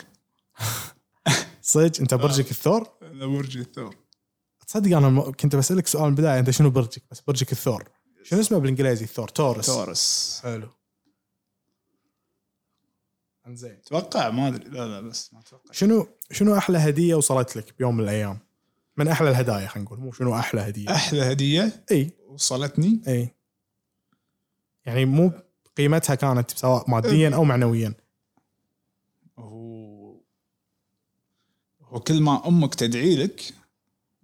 B: صدق انت برجك الثور
C: أنا برج الثور
B: تصدق انا م- كنت بسالك سؤال من البدايه انت شنو برجك بس برجك الثور شنو اسمه بالانجليزي الثور تورس
C: تورس
B: حلو انزين
C: اتوقع ما ادري لا لا بس ما اتوقع
B: شنو شنو احلى هديه وصلت لك بيوم من الايام من احلى الهدايا خلينا نقول مو شنو احلى هديه
C: احلى هدية
B: اي
C: وصلتني
B: اي يعني مو قيمتها كانت سواء ماديا او معنويا
C: هو هو كل ما امك تدعي لك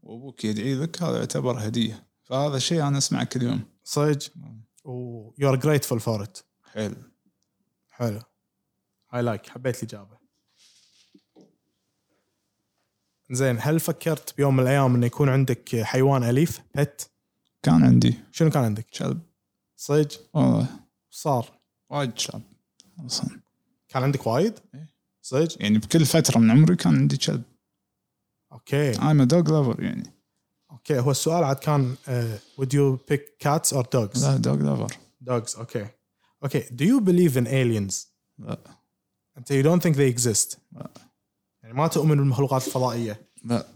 C: وابوك يدعي لك هذا يعتبر هدية فهذا شيء انا اسمعه كل يوم
B: صدق ويو ار جريتفول فور ات
C: حلو
B: حلو هاي لايك حبيت الاجابه زين هل فكرت بيوم من الايام انه يكون عندك حيوان اليف بت
C: كان عندي
B: شنو كان عندك
C: كلب
B: صيج
C: والله
B: صار
C: وايد كلاب اصلا
B: كان عندك وايد
C: إيه.
B: صيج
C: يعني بكل فتره من عمري كان عندي كلب
B: اوكي
C: I'm a dog lover يعني
B: اوكي هو السؤال عاد كان آه، would you pick cats or dogs
C: لا dog lover
B: dogs اوكي اوكي do you believe in aliens
C: لا
B: انت you don't think they exist
C: لا.
B: يعني ما تؤمن بالمخلوقات الفضائيه
C: لا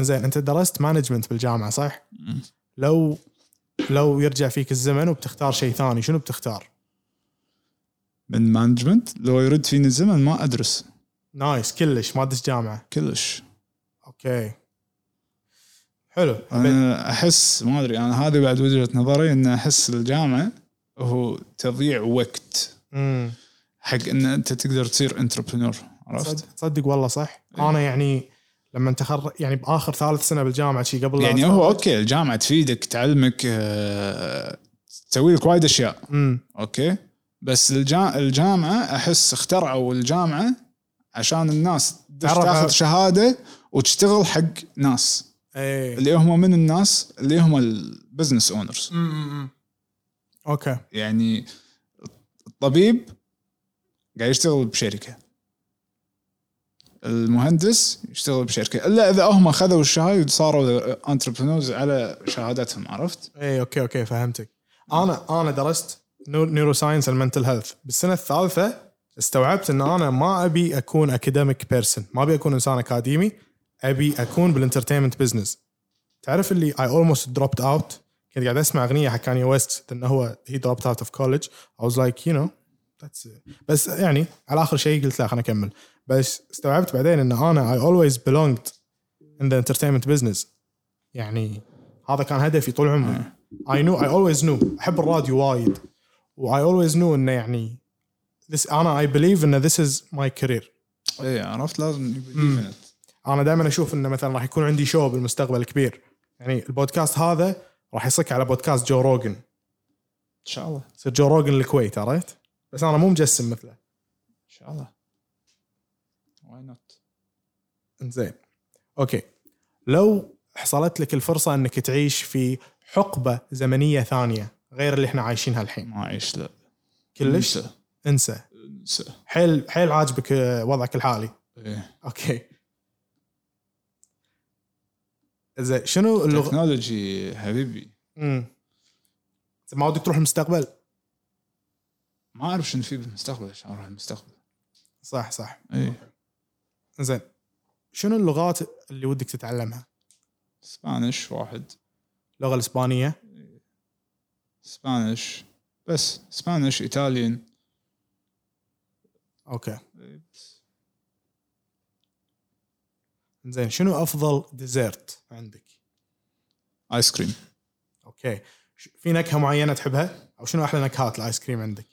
B: زين انت درست مانجمنت بالجامعه صح
C: مم.
B: لو لو يرجع فيك الزمن وبتختار شيء ثاني شنو بتختار
C: من مانجمنت لو يرد فيني الزمن ما ادرس
B: نايس كلش ما تدش جامعه
C: كلش
B: اوكي حلو حبيت.
C: انا احس ما ادري انا هذه بعد وجهه نظري ان احس الجامعه هو تضييع وقت
B: امم
C: حق ان انت تقدر تصير انتربرنور عرفت؟
B: تصدق- تصدق والله صح
C: إيه.
B: انا يعني لما تخر يعني باخر ثالث سنه بالجامعه شي قبل لا
C: يعني
B: أتخرج.
C: هو اوكي الجامعه تفيدك تعلمك آه، تسوي لك وايد اشياء
B: امم
C: اوكي بس الجا- الجامعه احس اخترعوا الجامعه عشان الناس تدش
B: تعرف-
C: تاخذ شهاده وتشتغل حق ناس
B: اي
C: اللي هم من الناس اللي هم البزنس اونرز
B: اوكي
C: يعني الطبيب قاعد يشتغل بشركه المهندس يشتغل بشركه الا اذا هم خذوا الشهاده وصاروا انتربرنورز على شهادتهم عرفت؟
B: اي اوكي اوكي إيه، فهمتك انا انا درست نيورو ساينس اند منتل هيلث بالسنه الثالثه استوعبت ان انا ما ابي اكون اكاديميك بيرسون ما ابي اكون انسان اكاديمي ابي اكون بالانترتينمنت بزنس تعرف اللي اي اولموست دروبت اوت كنت قاعد اسمع اغنيه حق كاني ويست انه هو هي دروبت اوت اوف كولج اي واز لايك يو نو That's it. بس يعني على اخر شيء قلت لا خليني اكمل بس استوعبت بعدين ان انا اي اولويز belonged in the entertainment business يعني هذا كان هدفي طول عمري اي نو اي اولويز نو احب الراديو وايد واي اولويز نو انه يعني this انا اي بليف ان this is my career
C: اي إيه، عرفت لازم يبي-
B: انا دائما اشوف انه مثلا راح يكون عندي شو بالمستقبل كبير يعني البودكاست هذا راح يصك على بودكاست جو روجن
C: ان شاء الله ان
B: يصير جو روجن الكويت عرفت بس انا مو مجسم مثله
C: شاء الله واي نوت
B: زين اوكي لو حصلت لك الفرصه انك تعيش في حقبه زمنيه ثانيه غير اللي احنا عايشينها الحين
C: ما عايش لا
B: كلش
C: انسى
B: انسى
C: انسى
B: حيل حيل عاجبك آه، وضعك الحالي
C: إيه.
B: اوكي زين شنو اللغه
C: تكنولوجي حبيبي
B: امم زين، ما ودك تروح المستقبل
C: ما اعرف شنو في بالمستقبل عشان اروح المستقبل إيه،
B: صح صح
C: اي
B: زين شنو اللغات اللي ودك تتعلمها
C: سبانش واحد
B: اللغه الاسبانيه
C: سبانش بس سبانش ايطاليان
B: اوكي
C: إيه، بس.
B: زين شنو افضل ديزرت عندك
C: ايس كريم
B: اوكي ش- في نكهه معينه تحبها او شنو احلى نكهات الايس كريم عندك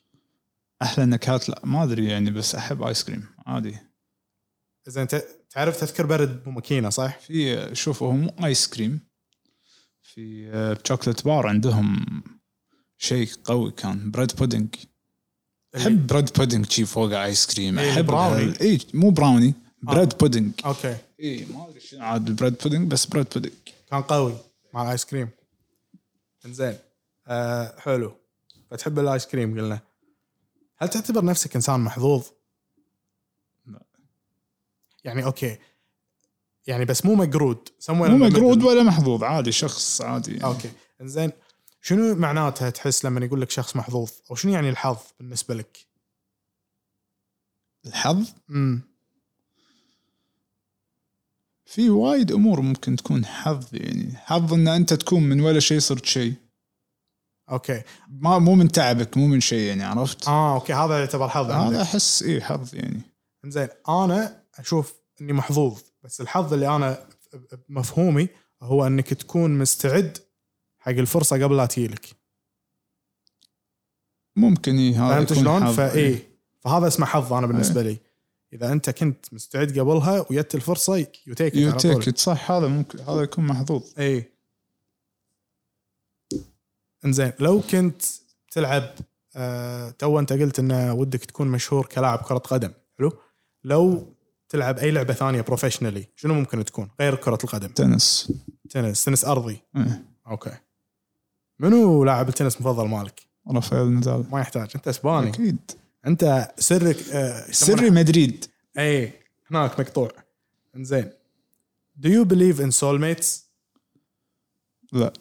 C: احلى نكهات لا ما ادري يعني بس احب ايس كريم عادي
B: زين ت- تعرف تذكر برد بماكينه صح
C: في شوف هو مو ايس كريم في آه، بشوكلت بار عندهم شيء قوي كان بريد بودنج احب بريد بودنج شي فوق ايس كريم
B: إيه،
C: احب
B: براوني.
C: براوني اي مو براوني بريد بودنج
B: اوكي
C: اي إيه، ما ادري شنو عاد بريد بودنج بس بريد بودنج
B: كان قوي مع الايس كريم انزين آه حلو فتحب الايس كريم قلنا هل تعتبر نفسك انسان محظوظ؟
C: لا.
B: يعني اوكي يعني بس مو مقرود somewhere
C: مو
B: in the
C: مقرود
B: middle.
C: ولا محظوظ عادي شخص عادي يعني.
B: اوكي انزين شنو معناتها تحس لما يقول لك شخص محظوظ او شنو يعني الحظ بالنسبه لك؟
C: الحظ
B: امم
C: في وايد امور ممكن تكون حظ يعني حظ ان انت تكون من ولا شيء صرت شيء
B: اوكي
C: ما مو من تعبك مو من شيء يعني عرفت
B: اه اوكي هذا يعتبر حظ
C: هذا
B: عندك
C: احس اي حظ يعني
B: انزين انا اشوف اني محظوظ بس الحظ اللي انا مفهومي هو انك تكون مستعد حق الفرصه قبل لا تجيلك
C: ممكن اي هذا
B: فهمت
C: يكون
B: شلون؟
C: حظ. إيه.
B: فاي فهذا اسمه حظ انا بالنسبه لي اذا انت كنت مستعد قبلها وجت الفرصه يو تيك
C: يو
B: على طول
C: تيك صح هذا ممكن هذا يكون محظوظ
B: اي انزين لو كنت تلعب آه، تو انت قلت انه ودك تكون مشهور كلاعب كره قدم حلو لو تلعب اي لعبه ثانيه بروفيشنالي شنو ممكن تكون غير كره القدم
C: تنس
B: تنس تنس ارضي
C: إيه.
B: اوكي منو لاعب التنس مفضل مالك
C: رافائيل نادال
B: ما يحتاج انت اسباني
C: اكيد
B: انت سرك آه،
C: سري مدريد
B: اي هناك مقطوع زين Do you believe in soulmates؟
C: لا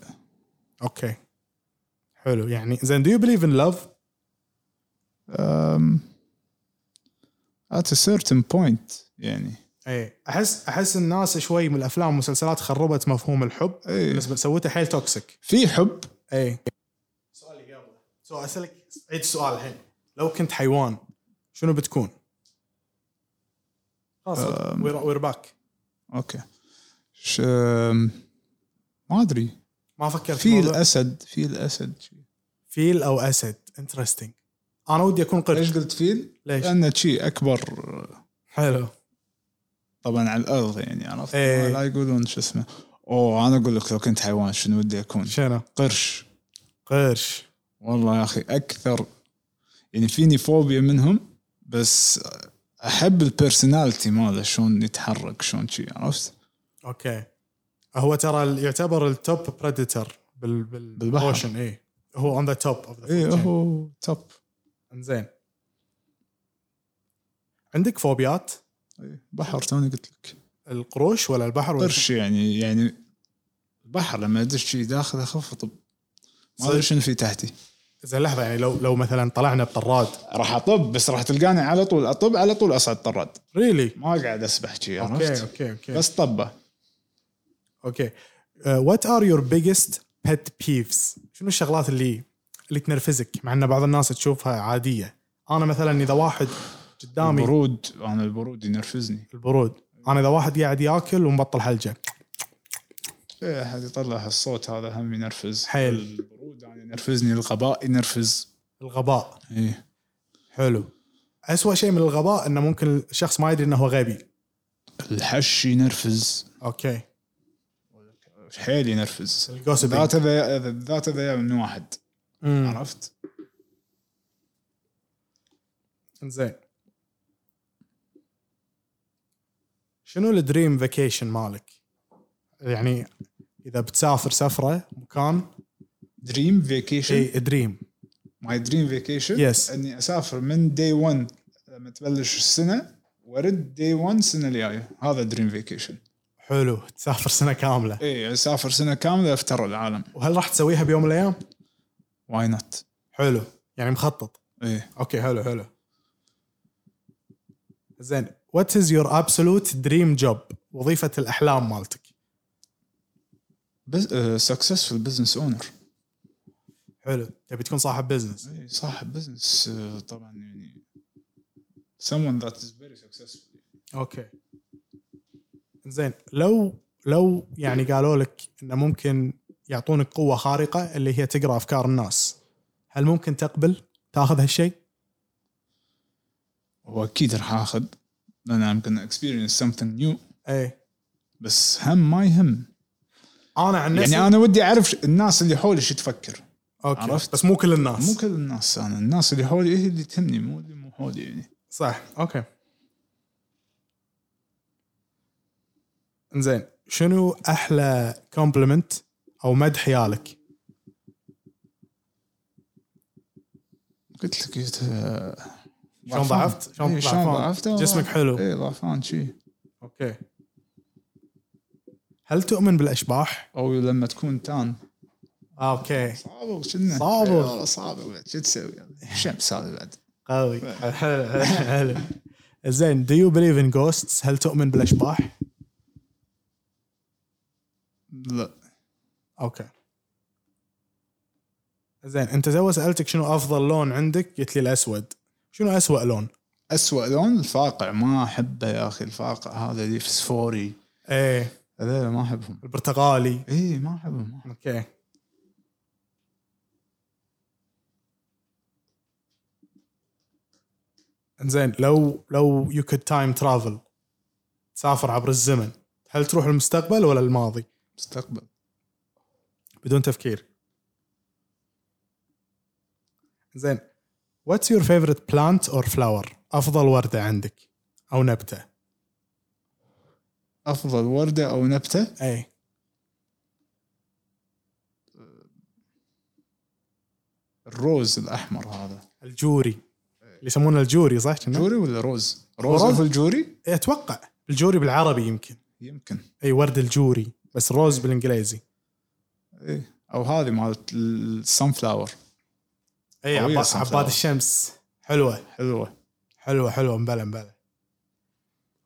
B: اوكي حلو يعني زين do you believe in love؟
C: um, at a certain point يعني
B: اي احس احس إيه. الناس شوي من الافلام والمسلسلات خربت مفهوم الحب
C: اي
B: بالنسبه سويته حيل توكسيك
C: إيه. في حب إيه.
B: اي سؤالي قبل سؤال اسالك عيد السؤال الحين لو كنت حيوان شنو بتكون؟ خلاص
C: أم.
B: وير وير باك
C: اوكي ش... um, ما ادري
B: ما فكرت
C: في
B: في
C: الاسد في الاسد
B: فيل او اسد انترستنج انا ودي اكون قرش
C: ليش قلت فيل؟
B: ليش؟
C: لانه شيء اكبر
B: حلو
C: طبعا على الارض يعني عرفت؟
B: إيه.
C: لا يقولون شو اسمه اوه انا اقول لك لو كنت حيوان شنو ودي اكون؟
B: شنو؟
C: قرش
B: قرش
C: والله يا اخي اكثر يعني فيني فوبيا منهم بس احب البيرسوناليتي ماله شلون يتحرك شلون شي عرفت؟
B: اوكي هو ترى ال- يعتبر التوب بريدتر بال بال
C: بالبحر.
B: بالبحر اي هو اون ذا توب اوف
C: اي
B: ذا
C: هو توب
B: انزين عندك فوبيات
C: إيه، بحر توني قلت لك
B: القروش ولا البحر ولا
C: قرش يعني يعني البحر لما ادش شي داخل اخف طب ما ادري
B: صدق.
C: شنو في تحتي
B: زين لحظه يعني لو لو مثلا طلعنا بطراد
C: راح اطب بس راح تلقاني على طول اطب على طول اصعد طراد
B: ريلي
C: ما قاعد اسبح شي
B: اوكي
C: عرفت؟
B: اوكي اوكي
C: بس طبه
B: اوكي وات ار يور بيجست بيت بيفز شنو الشغلات اللي اللي تنرفزك مع ان بعض الناس تشوفها عاديه انا مثلا اذا واحد قدامي
C: البرود انا البرود ينرفزني
B: البرود انا اذا واحد قاعد ياكل ومبطل حلجه
C: ايه احد يطلع هالصوت هذا هم ينرفز
B: حيل.
C: البرود يعني ينرفزني الغباء ينرفز
B: الغباء
C: ايه
B: حلو أسوأ شيء من الغباء انه ممكن الشخص ما يدري انه هو غبي
C: الحش ينرفز
B: اوكي
C: حيل ينرفز
B: الجوسبينج
C: ذات اذا ذات اذا من واحد
B: أمم،
C: عرفت؟
B: زين شنو الدريم فيكيشن مالك؟ يعني اذا بتسافر سفره مكان
C: دريم فيكيشن
B: شيء دريم
C: ماي دريم فيكيشن
B: Yes.
C: اني اسافر من دي 1 لما تبلش السنه وارد دي 1 السنه الجايه هذا دريم فيكيشن
B: حلو تسافر سنه كامله
C: اي اسافر سنه كامله افتر العالم
B: وهل راح تسويها بيوم من الايام؟
C: واي نوت
B: حلو يعني مخطط
C: ايه
B: اوكي حلو حلو زين وات از يور ابسولوت دريم جوب وظيفه الاحلام مالتك
C: بز... سكسسفul بزنس اونر
B: حلو تبي تكون صاحب بزنس
C: إي، إيه، صاحب بزنس آه، طبعا يعني someone that is very successful
B: اوكي زين لو لو يعني قالوا لك انه ممكن يعطونك قوه خارقه اللي هي تقرا افكار الناس هل ممكن تقبل تاخذ هالشيء
C: هو اكيد راح اخذ لان I'm gonna experience something new
B: اي
C: بس هم ما يهم
B: انا عن نفسي
C: يعني انا ودي اعرف ش- الناس اللي حولي شو تفكر
B: اوكي
C: عرفت.
B: بس مو كل الناس
C: مو كل الناس انا الناس اللي حولي هي اللي تهمني مو اللي مو حولي يعني
B: صح اوكي زين شنو احلى كومبلمنت او مدح يالك
C: قلت لك يت- آه،
B: شلون
C: ضعفان.
B: ضعفت شلون
C: إي،
B: ضعفان؟
C: إيه، ضعفت
B: جسمك حلو
C: اي ضعفان شي
B: اوكي هل تؤمن بالاشباح
C: او لما تكون تان
B: اوكي
C: صابغ كنا
B: صابغ.
C: إي إيه، والله صابغ بعد شو تسوي شمس هذا بعد
B: قوي حلو حلو زين do you believe in ghosts هل تؤمن بالاشباح
C: لا
B: اوكي زين انت تو سالتك شنو افضل لون عندك قلت لي الاسود شنو اسوأ لون
C: أسوأ لون الفاقع ما أحبه يا أخي الفاقع هذا اللي فسفوري
B: ايه
C: هذول ما أحبهم
B: البرتقالي
C: إي ما أحبهم ما أحبهم.
B: اوكي زين لو لو يو كود تايم ترافل تسافر عبر الزمن هل تروح المستقبل ولا الماضي
C: مستقبل
B: بدون تفكير زين واتس يور فيفورت بلانت اور فلاور افضل ورده عندك او نبته
C: افضل ورده او نبته
B: اي
C: الروز الاحمر هذا
B: الجوري اللي يسمونه الجوري صح؟ كنا؟
C: جوري ولا روز؟ روز
B: روز؟
C: هو الجوري؟
B: اتوقع الجوري بالعربي يمكن
C: يمكن
B: اي ورد الجوري بس روز بالانجليزي
C: ايه او هذه مالت السن فلاور
B: اي
C: قوية
B: عبا-
C: السمسرة.
B: عباد الشمس حلوه
C: حلوه
B: حلوه حلوه مبلا مبلا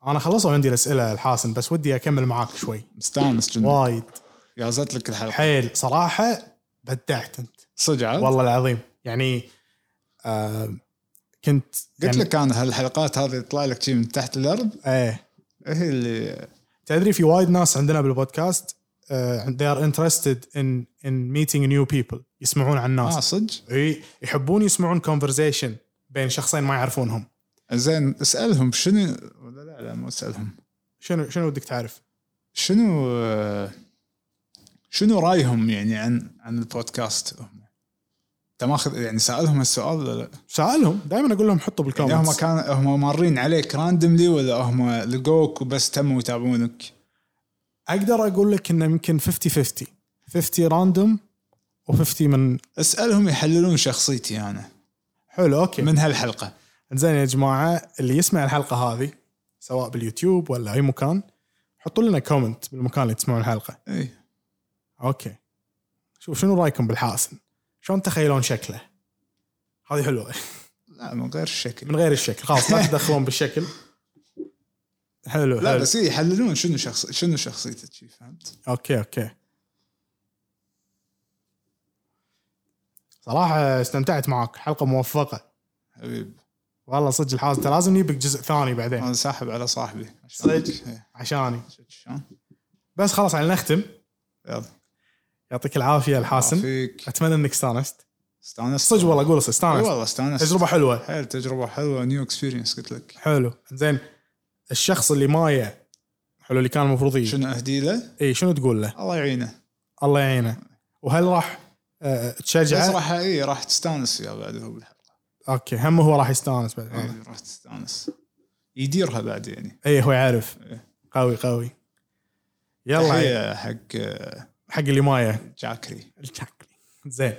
B: انا خلصوا عندي الاسئله الحاسن بس ودي اكمل معاك شوي
C: مستانس جدا
B: وايد
C: جازت لك الحلقه
B: حيل صراحه بدعت انت
C: صدق عاد؟
B: والله العظيم يعني آه كنت
C: قلت
B: يعني
C: لك انا هالحلقات هذه يطلع لك شيء من تحت الارض
B: ايه
C: هي اللي
B: تدري في وايد ناس عندنا بالبودكاست آه they are interested in in meeting new people يسمعون عن
C: اه
B: ناس
C: صدق
B: اي يحبون يسمعون conversation بين شخصين ما يعرفونهم
C: زين اسالهم شنو ولا لا لا مو اسالهم
B: شنو شنو ودك تعرف؟
C: شنو آه، شنو رايهم يعني عن عن البودكاست هم؟ انت ماخذ يعني سالهم السؤال ولا لا؟
B: سالهم دائما اقول لهم حطوا
C: يعني هم
B: بالكومنتس
C: كان هم مارين عليك راندملي ولا هم لقوك وبس تموا يتابعونك؟
B: اقدر اقول لك انه يمكن 50 50 50 راندوم و50 من
C: اسالهم يحللون شخصيتي انا
B: حلو اوكي
C: من هالحلقه
B: زين يا جماعه اللي يسمع الحلقه هذه سواء باليوتيوب ولا اي مكان حطوا لنا كومنت بالمكان اللي تسمعون الحلقه
C: اي
B: اوكي شوف شنو رايكم بالحاسن؟ شلون تخيلون شكله؟ هذه حلوه
C: لا من غير الشكل
B: من غير الشكل خلاص لا تدخلون بالشكل حلو
C: لا
B: حلو
C: بس إيه، يحللون شنو شخص شنو شخصيتك شي، فهمت؟
B: اوكي اوكي صراحه استمتعت معك حلقه موفقه
C: حبيب
B: والله صدق الحاسن أنت لازم نجيبك جزء ثاني بعدين
C: انا ساحب على صاحبي
B: صدق؟
C: إيه،
B: عشاني
C: شفت شلون؟
B: بس خلاص على نختم
C: يلا
B: يعطيك العافيه الحاسن
C: فيك
B: اتمنى انك استانست
C: استانست
B: صدق والله اقول
C: إي
B: استانست
C: والله استانست
B: تجربه حلوه
C: حيل تجربه حلوه نيو اكسبيرينس قلت لك
B: حلو زين الشخص اللي مايه حلو اللي كان المفروض يجي
C: شنو اهدي له؟
B: اي شنو تقول له؟
C: الله يعينه
B: الله يعينه وهل راح آه
C: بس
B: تشجعه؟
C: راح اي راح تستانس وياه بعد هو
B: آه.
C: بالحلقه
B: اوكي هم هو راح يستانس بعد هذا.
C: إي، راح تستانس يديرها بعد يعني
B: اي هو يعرف
C: إيه.
B: قوي قوي يلا عيد.
C: تحيه حق آه،
B: حق اللي مايه
C: جاكري
B: الشكلي. زين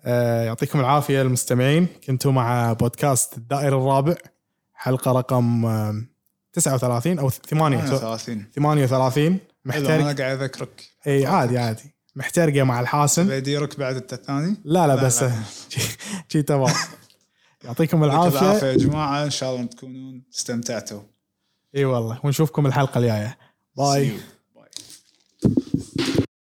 B: آه يعطيكم العافيه المستمعين كنتوا مع بودكاست الدائري الرابع حلقه رقم آم، 39 او
C: آه،
B: 8
C: 38
B: 38
C: حلو انا
B: محترق
C: قاعد اذكرك
B: اي عادي عادي محترقه مع الحاسن
C: بديرك بعد الت- الثاني
B: لا لا
C: لا،
B: بس
C: لا.
B: شي تمام يعطيكم
C: يعطيك العافيه
B: العافيه
C: يا جماعه ان شاء الله تكونون استمتعتوا
B: اي والله ونشوفكم الحلقه الجايه باي
C: See you.